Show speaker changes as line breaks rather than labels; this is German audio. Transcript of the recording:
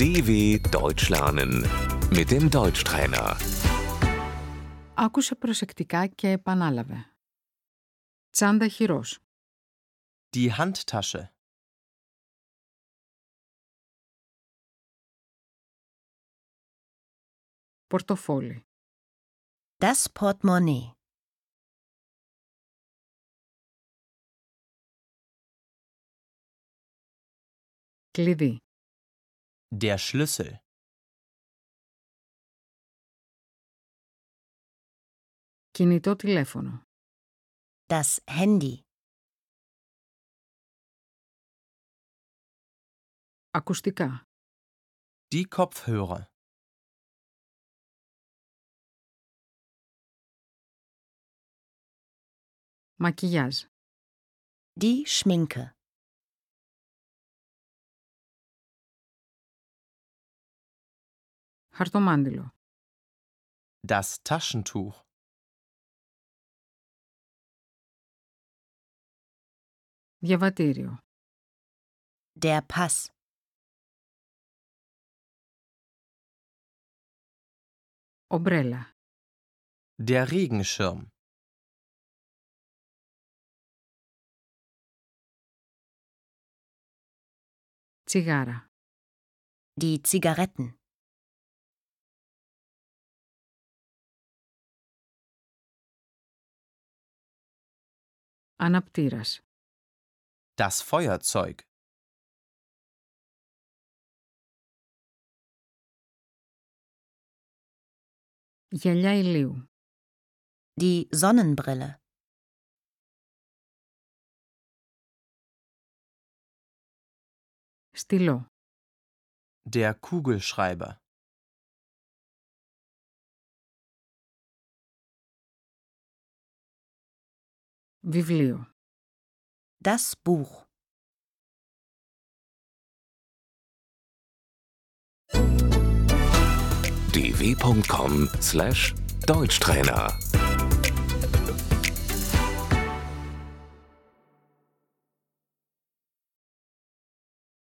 DW Deutsch lernen mit dem Deutschtrainer.
Άκουσε προσεκτικά και επανάλαβε. Τσάντα χειρός.
Die Handtasche.
Πορτοφόλι.
Das Portemonnaie.
Κλειδί.
Der Schlüssel.
Κινητό τηλέφωνο.
Das Handy.
Ακουστικά.
Die Kopfhörer.
Μακιγιάζ.
Die Schminke.
Χαρτομάντιλο.
Das Taschentuch.
Διαβατήριο.
Der Pass.
Ομπρέλα.
Der Regenschirm.
Τσιγάρα.
Die Zigaretten.
Αναπτήρας.
Das Feuerzeug.
Γυαλιά ηλίου.
Die Sonnenbrille.
Στυλό.
Der Kugelschreiber.
Βιβλίο.
Das Buch.
dw.com/deutschtrainer